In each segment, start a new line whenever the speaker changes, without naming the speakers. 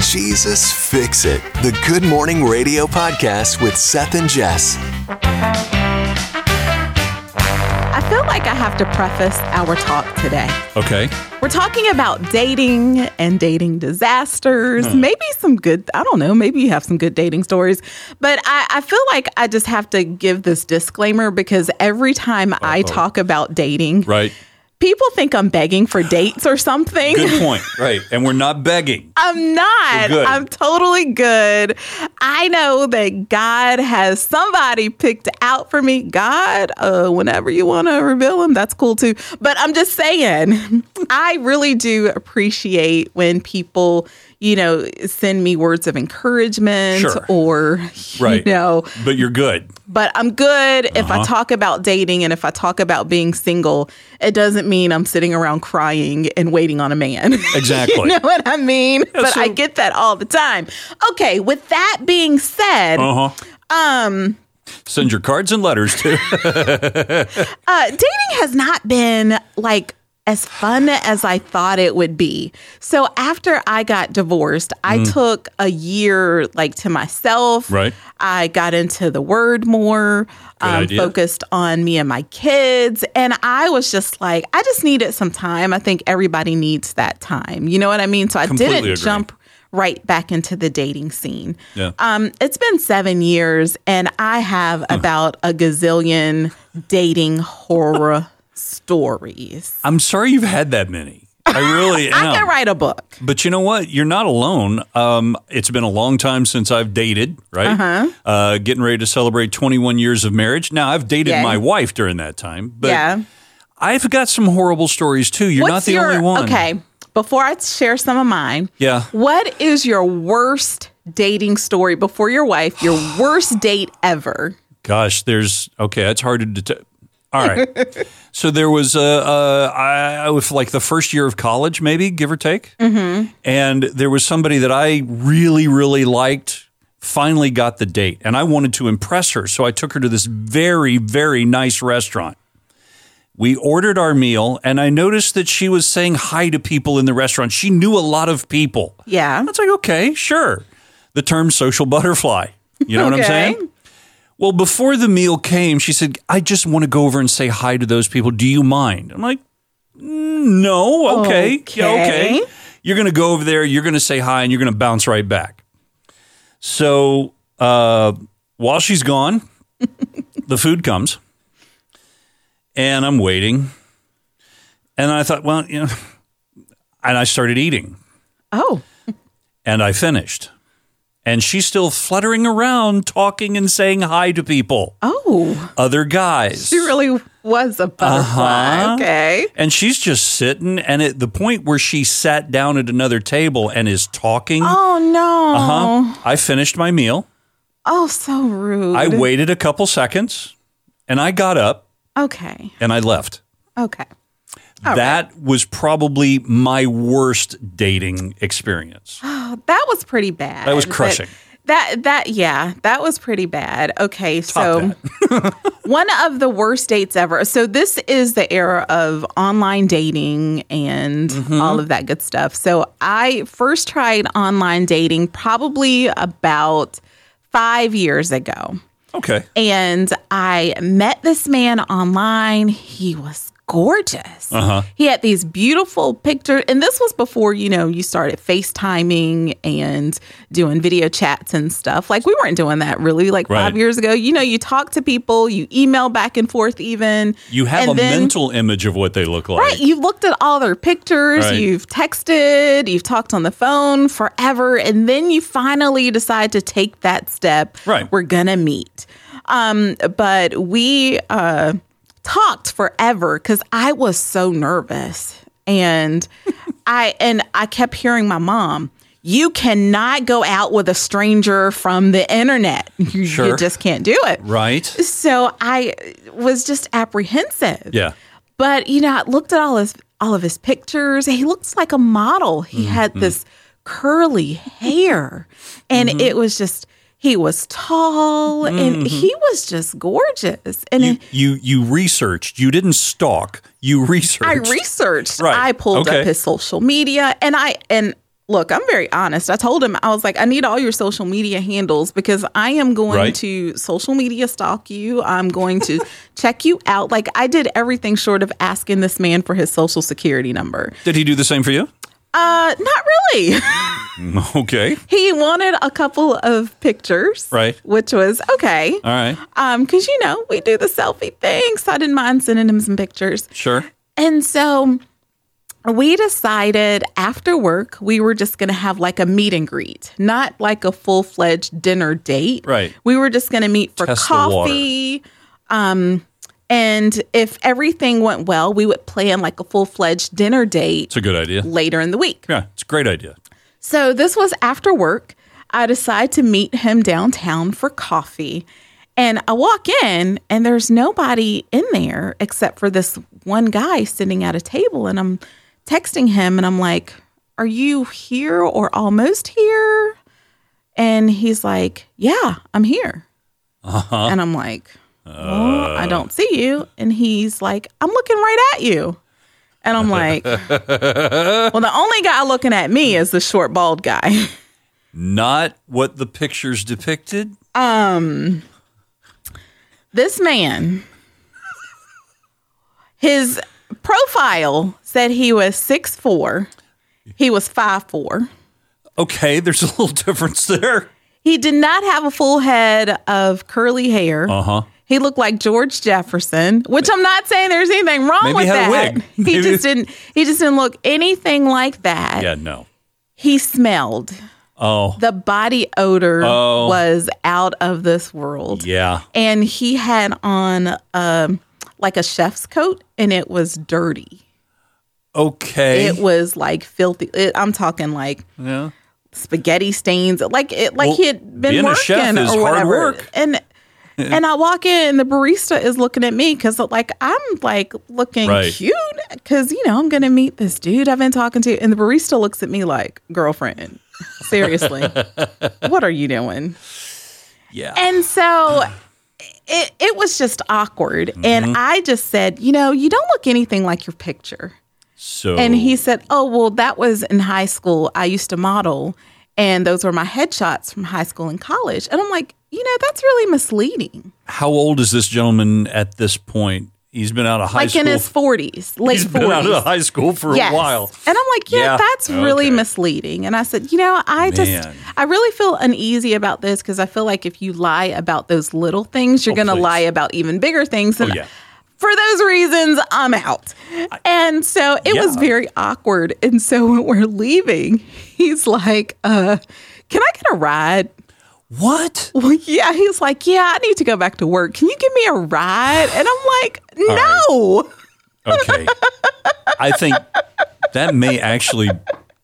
Jesus Fix It, the Good Morning Radio podcast with Seth and Jess.
I feel like I have to preface our talk today.
Okay.
We're talking about dating and dating disasters,
Hmm.
maybe some good, I don't know, maybe you have some good dating stories. But I, I feel like I just have to give this disclaimer because every time I talk about dating,
Right.
people think I'm begging for dates or something.
Good point. right. And we're not begging.
I'm not.
You're good.
I'm totally good. I know that God has somebody picked out for me. God, uh, whenever you want to reveal him, that's cool too. But I'm just saying, I really do appreciate when people, you know, send me words of encouragement
Sure.
or, you
Right.
know,
But you're good.
but I'm good if
Uh-huh.
I talk about dating and if I talk about being single. It doesn't mean I'm sitting around crying and waiting on a man. you
Exactly.
know what I mean? but I
so-
get that all the time. Okay, with that being said, uh,
Uh huh. Um. Send your cards and letters to.
Uh, dating has not been like as fun as I thought it would be. So after I got divorced, I took a year like to myself.
Mm. Right.
I got into the word more, um,
idea.
focused on me and my kids. And I was just like, I just needed some time. I think everybody needs that time. You know what I mean? So I
Completely
didn't
agree.
jump right back into the dating scene.
Yeah.
Um, it's been seven years, and I have about a gazillion dating horror stories.
I'm sorry you've had that many. I really am.
I can write a book.
But you know what? You're not alone. Um, it's been a long time since I've dated, right? Uh-huh. getting ready to celebrate 21 years of marriage. Now, I've dated
Yay.
my wife during that time, but
yeah.
I've got some horrible stories too. You're not the
your,
only one.
Okay. Before I share some of mine,
Yeah.
What is your worst dating story before your wife? Your worst date ever?
Gosh, there's okay. That's hard to detect. All right. so there was a, a I, I was like the first year of college, maybe give or take, mm-hmm. and there was somebody that I really, really liked. Finally got the date, and I wanted to impress her, so I took her to this very, very nice restaurant. We ordered our meal, and I noticed that she was saying hi to people in the restaurant. She knew a lot of people.
Yeah.
It's like, okay, sure. The term social butterfly. You know what I'm
Okay.
saying? Well, before the meal came, she said, I just want to go over and say hi to those people. Do you mind? I'm like, "Mm, no, okay. Yeah,
Okay.
okay. You're going to go over there, you're going to say hi, and you're going to bounce right back. So uh, while she's gone, the food comes, and I'm waiting. And I thought, well, you know, and I started eating
Oh,
and I finished. And she's still fluttering around, talking and saying hi to people,
oh,
other guys.
she really was a butterfly.
Uh-huh.
Okay.
and she's just sitting. And at the point where she sat down at another table and is talking,
Oh no.
uh-huh, I finished my meal.
Oh, so rude.
I waited a couple seconds and I got up
Okay.
and I left.
Okay.
that was probably my worst dating experience.
Oh, that was pretty bad.
That was
But
crushing.
That that yeah, that was pretty bad. Okay, so
that.
one of the worst dates ever. So this is the era of online dating and
Mm-hmm.
all of that good stuff. So I first tried online dating probably about 5 years ago.
Okay.
And I met this man online. He was gorgeous.
Uh-huh.
He had these beautiful pictures. And this was before, you know, you started FaceTiming and doing video chats and stuff. Like we weren't doing that really like
Right.
five years ago. You know, you talk to people, you email back and forth even.
You
and
have a
then-
mental image of what they look like.
Right. You've looked at all their pictures,
Right.
you've texted, you've talked on the phone forever, and then you finally decide to take that step.
Right.
We're going to meet. Um, but we uh, talked forever because I was so nervous. And I and I kept hearing my mom, you cannot go out with a stranger from the internet. You, you
Sure.
just can't do it.
Right?
So I was just apprehensive.
Yeah.
But you know, I looked at all his all of his pictures. He looks like a model. He
Mm-hmm,
had this curly hair, and
Mm-hmm.
it was just he was tall, and he was just gorgeous. And
you, you you researched. You didn't stalk. You researched.
I researched.
Right.
I pulled
Okay.
up his social media, and I and look, I'm very honest. I told him, I was like, I need all your social media handles because I am going
Right.
to social media stalk you. I'm going to check you out. Like, I did everything short of asking this man for his social security number.
Did he do the same for you?
Uh, not really.
Okay.
he wanted a couple of pictures,
Right.
Which was okay.
All right.
Um, because you know, we do the selfie thing, so I didn't mind sending him some pictures.
Sure.
And so we decided after work, we were just going to have like a meet and greet, not like a full fledged dinner date.
Right.
We were just going to meet for
Test the water.
coffee. Um, and if everything went well, we would plan like a full fledged dinner date
It's a good idea.
later in the week.
Yeah, it's a great idea.
So this was after work. I decide to meet him downtown for coffee. And I walk in and there's nobody in there except for this one guy sitting at a table and I'm texting him and I'm like, "Are you here or almost here?" And he's like, "Yeah, I'm here." And I'm like, well, "I don't see you." And he's like, "I'm looking right at you." And I'm like, well, the only guy looking at me is the short bald guy.
Not what the pictures depicted.
This man, his profile said he was 6'4, he was 5'4.
Okay, there's a little difference there.
He did not have a full head of curly hair.
Uh huh.
He looked like George Jefferson, which I'm not saying there's anything wrong
Maybe
with
he had a
that.
wig.
He
Maybe-
just didn't he just didn't look anything like that.
Yeah, no.
He smelled.
Oh,
The body odor
Oh.
was out of this world.
yeah.
and he had on um like a chef's coat and it was dirty
Okay.
it was like filthy it, i'm talking like
yeah.
spaghetti stains like it like
Well,
he had been
being a
working
chef
or
is hard
whatever
work.
and and i walk in the barista is looking at me because like i'm like looking
Right.
cute because you know i'm gonna meet this dude i've been talking to and the barista looks at me like girlfriend seriously what are you doing
Yeah.
and so it, it was just awkward.
Mm-hmm.
And I just said, you know, you don't look anything like your picture.
so
And he said, oh, well, that was in high school. I used to model, and those were my headshots from high school and college. And I'm like, you know, that's really misleading.
how old is this gentleman at this point? He's been out of high
like
school.
in his 40s, late
he's
40s.
been out of high school for
Yes.
a while.
And I'm like, yeah,
Yeah.
that's really
Okay.
misleading. And I said, you know, I just,
Man.
I really feel uneasy about this because I feel like if you lie about those little things, you're
Oh,
going to
please. Oh,
lie about even bigger things. And
yeah.
for those reasons, I'm out. and so it was
Yeah.
very awkward. And so when we're leaving, he's like, uh, can I get a ride?
What?
Well, yeah. He's like, yeah, I need to go back to work. Can you give me a ride? And I'm like,
right.
no.
Okay. I think that may actually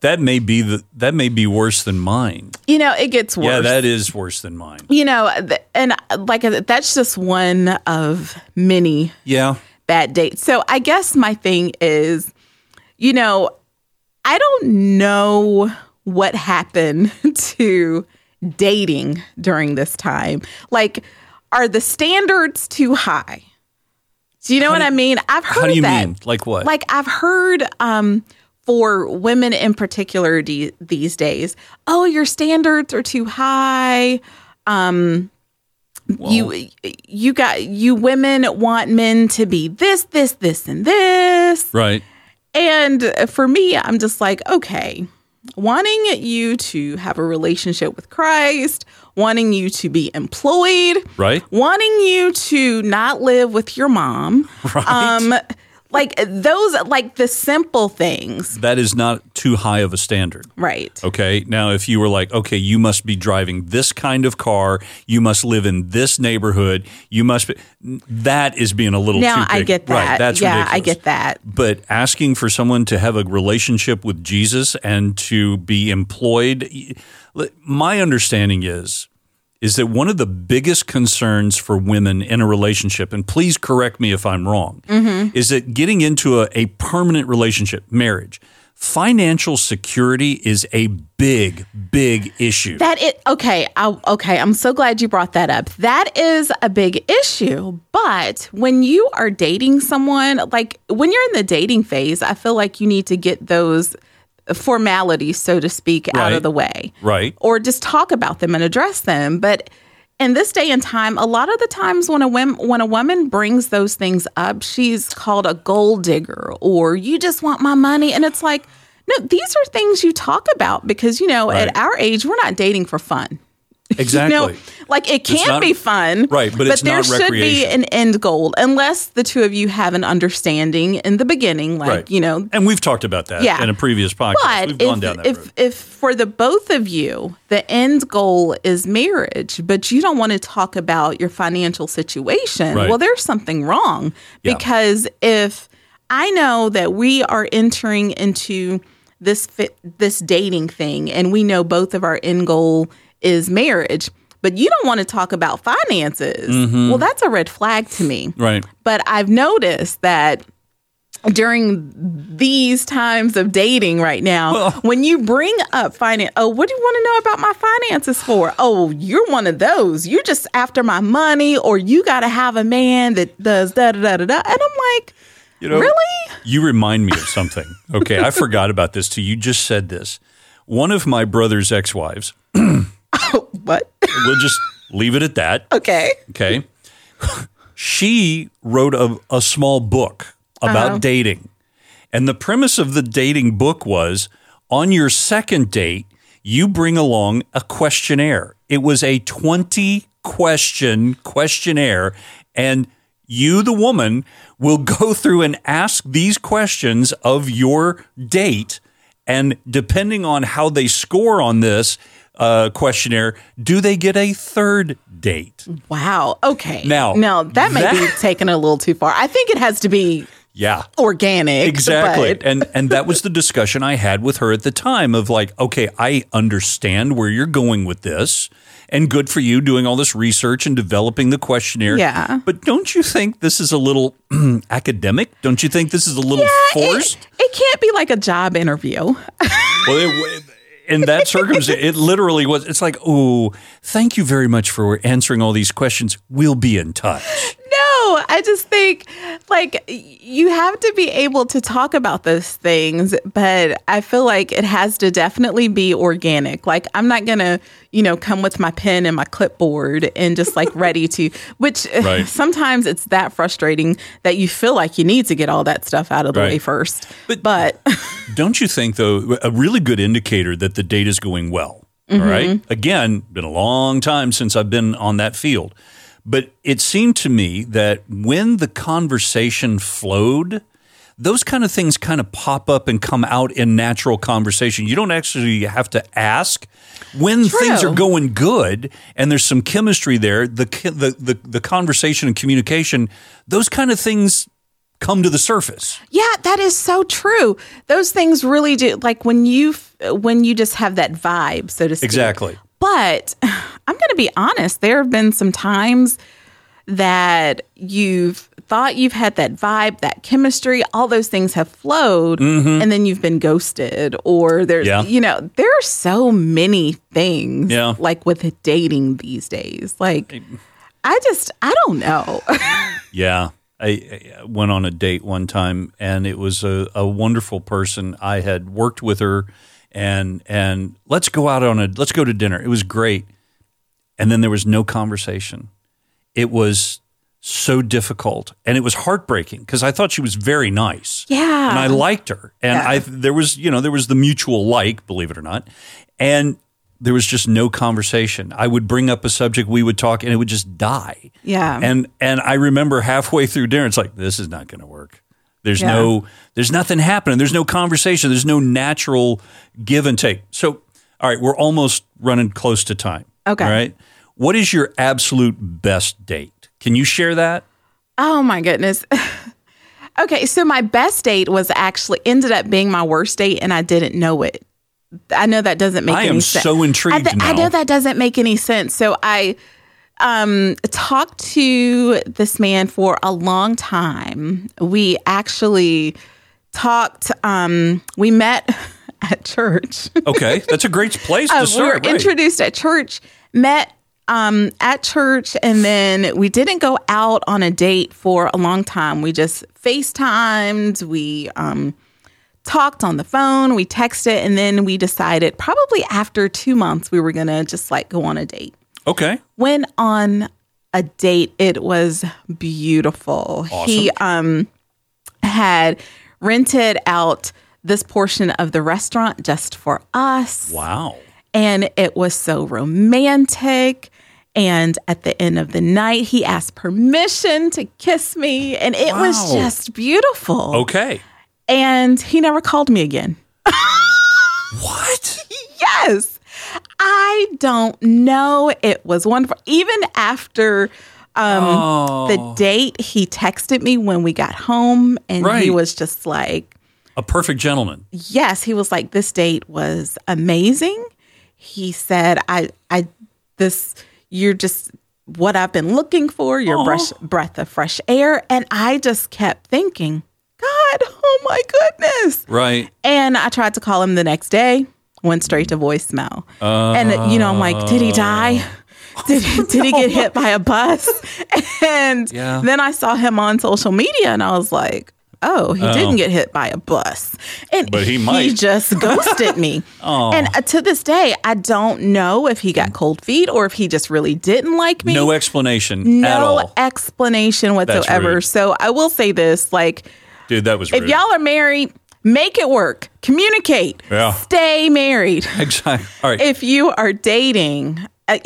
that may be the that may be worse than mine.
You know, it gets worse.
Yeah, that is worse than mine.
you know, th- and uh, like uh, that's just one of many
Yeah.
bad dates. So I guess my thing is, you know, I don't know what happened to dating during this time. Like, are the standards too high? Do you know what I mean? I've heard
How do you
that.
mean? Like what?
Like I've heard um, for women in particular de- these days, oh, your standards are too high. Um, you you got you women want men to be this, this, this, and this.
right.
And for me, I'm just like, okay, wanting you to have a relationship with Christ, wanting you to be employed,
Right.
wanting you to not live with your mom.
Right.
Um like those like the simple things,
that is not too high of a standard.
right?
Okay. Now, if you were like, okay, you must be driving this kind of car, you must live in this neighborhood, you must be, that is being a little
Now
too
I
big.
get that.
Right. That's
yeah,
ridiculous.
I get that.
But asking for someone to have a relationship with Jesus and to be employed, my understanding is is that one of the biggest concerns for women in a relationship, and please correct me if I'm wrong,
Mm-hmm.
is that getting into a, a permanent relationship, marriage, financial security is a big, big issue.
That it okay, I, okay. I'm so glad you brought that up. That is a big issue. But when you are dating someone, like when you're in the dating phase, I feel like you need to get those formalities, so to speak, out
Right.
of the way.
Right.
Or just talk about them and address them. But in this day and time, a lot of the times when a wom- when a woman brings those things up, she's called a gold digger or you just want my money. And it's like, no, these are things you talk about because you know,
Right.
at our age, we're not dating for fun.
Exactly.
No, like it can
not-
be fun,
Right, but it's
there
not
should be
recreation.
an end goal, unless the two of you have an understanding in the beginning, like
Right.
you know.
And we've talked about that
Yeah.
in a previous podcast.
But
we've gone
if
down that road.
if, if for the both of you the end goal is marriage, but you don't want to talk about your financial situation,
Right.
well, there's something wrong
Yeah.
because if I know that we are entering into this fi- this dating thing, and we know both of our end goal is marriage. But you don't want to talk about finances. Well, that's a red flag to me.
Mm-hmm. Right.
But I've noticed that during these times of dating right now, when you bring up finance, oh, what do you want to know about my finances for? Oh, you're one of those. You're just after my money, or you got to have a man that does da da da da da. And I'm like,
You know,
Really?
You remind me of something. Okay, I forgot about this too. You just said this. One of my brother's ex-wives.
oh, what?
We'll just leave it at that.
okay.
Okay. She wrote a, a small book about dating. And the premise of the dating book was on your second date, you bring along a questionnaire. It was a 20 question questionnaire. And you, the woman, will go through and ask these questions of your date. And depending on how they score on this uh, questionnaire, do they get a third date?
Wow. Okay.
Now,
now that may be
that-
taken a little too far. I think it has to be
Yeah.
organic.
Exactly.
but-
and and that was the discussion I had with her at the time of like, okay, I understand where you're going with this. And good for you doing all this research and developing the questionnaire.
Yeah.
But don't you think this is a little academic? Don't you think this is a little Oh, forced?
it, it can't be like a job interview.
well, it, in that circumstance, it literally was. It's like, oh, thank you very much for answering all these questions. We'll be in touch.
No, I just think like y- you have to be able to talk about those things, but I feel like it has to definitely be organic. Like I'm not going to, you know, come with my pen and my clipboard and just like ready to which uh,
Right.
sometimes it's that frustrating that you feel like you need to get all that stuff out of the
Right.
way first.
But-
But,
Don't you think, though, a really good indicator that the date is going well? all right. Again, been a long time since I've been on that field. But it seemed to me that when the conversation flowed, those kind of things kind of pop up and come out in natural conversation. You don't actually have to ask. When things are
True.
going good and there's some chemistry there, the, ki- the the the conversation and communication, those kind of things come to the surface.
Yeah, that is so true. Those things really do like when you f- when you just have that vibe, so to speak.
Exactly.
But I'm going to be honest, there have been some times that you've thought you've had that vibe, that chemistry, all those things have flowed and then you've been ghosted or there's
Mm-hmm. Yeah.
you know, there are so many things
Yeah.
like with dating these days. Like I just I don't know.
Yeah. I, I went on a date one time and it was a, a wonderful person. I had worked with her and and let's go out on a let's go to dinner. It was great. And then there was no conversation. It was so difficult and it was heartbreaking because I thought she was very nice.
Yeah.
And I liked her. And
Yeah.
I there was, you know, there was the mutual like, believe it or not. And there was just no conversation. I would bring up a subject, we would talk, and it would just die.
Yeah.
And and I remember halfway through dinner, it's like, this is not gonna work. There's
Yeah.
no there's nothing happening. There's no conversation. There's no natural give and take. So all right, we're almost running close to time.
Okay.
All right. What is your absolute best date? Can you share that?
Oh my goodness. okay, so my best date was actually ended up being my worst date, and I didn't know it. I know that doesn't make
I
any
am
sense.
so intrigued
I, thi- I
now.
know that doesn't make any sense. So I um, talked to this man for a long time. We actually talked. Um, we met at church.
Okay. That's a great place to
Uh, we were
start. right.
introduced at church, met um, at church, and then we didn't go out on a date for a long time. We just FaceTimed. We um, talked on the phone, we texted, and then we decided probably after two months we were gonna just like go on a date.
Okay.
Went on a date. It was beautiful. He um had rented out this portion of the restaurant just for us
Wow.
and it was so romantic. And at the end of the night, he asked permission to kiss me, and it was
Wow. Oh.
just beautiful.
Okay.
And he never called me again.
What?
Yes, I don't know. It was wonderful. Even after um,
Uh,
the
Oh.
date, he texted me when we got home, and he
Right.
was just like,
A perfect gentleman.
yes, he was like, this date was amazing. He said, I, I, this, you're just what I've been looking for, your brush, breath of fresh air. And I just kept thinking, God, oh my goodness.
Right.
And I tried to call him the next day, went straight to voicemail. and, you know, I'm like, did he die?
Uh.
Did, did he get hit by a bus? And
Yeah.
then I saw him on social media and I was like, oh, he didn't get hit by a bus. And
But he might.
just ghosted me. And uh, to this day, I don't know if he got cold feet or if he just really didn't like me
No explanation at
no
all.
explanation whatsoever.
rude.
So I will say this like,
Dude, that was
if
rude.
y'all are married, make it work. Communicate.
Yeah.
Stay married.
Exactly. All right.
If you are dating, uh,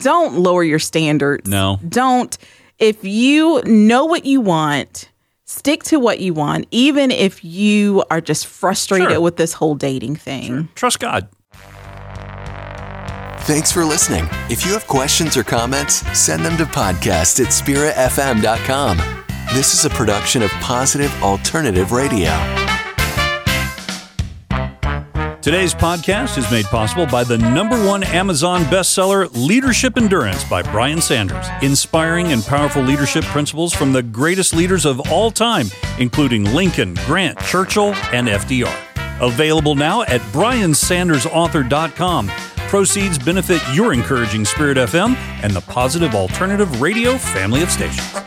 don't lower your standards.
No.
Don't. If you know what you want, stick to what you want, even if you are just frustrated
Sure.
with this whole dating thing.
Trust God.
Thanks for listening. If you have questions or comments, send them to podcast at spiritfm.com. This is a production of Positive Alternative Radio.
Today's podcast is made possible by the number one Amazon bestseller, Leadership Endurance by Brian Sanders. Inspiring and powerful leadership principles from the greatest leaders of all time, including Lincoln, Grant, Churchill, and FDR. Available now at briansandersauthor.com. Proceeds benefit your encouraging Spirit FM and the Positive Alternative Radio family of stations.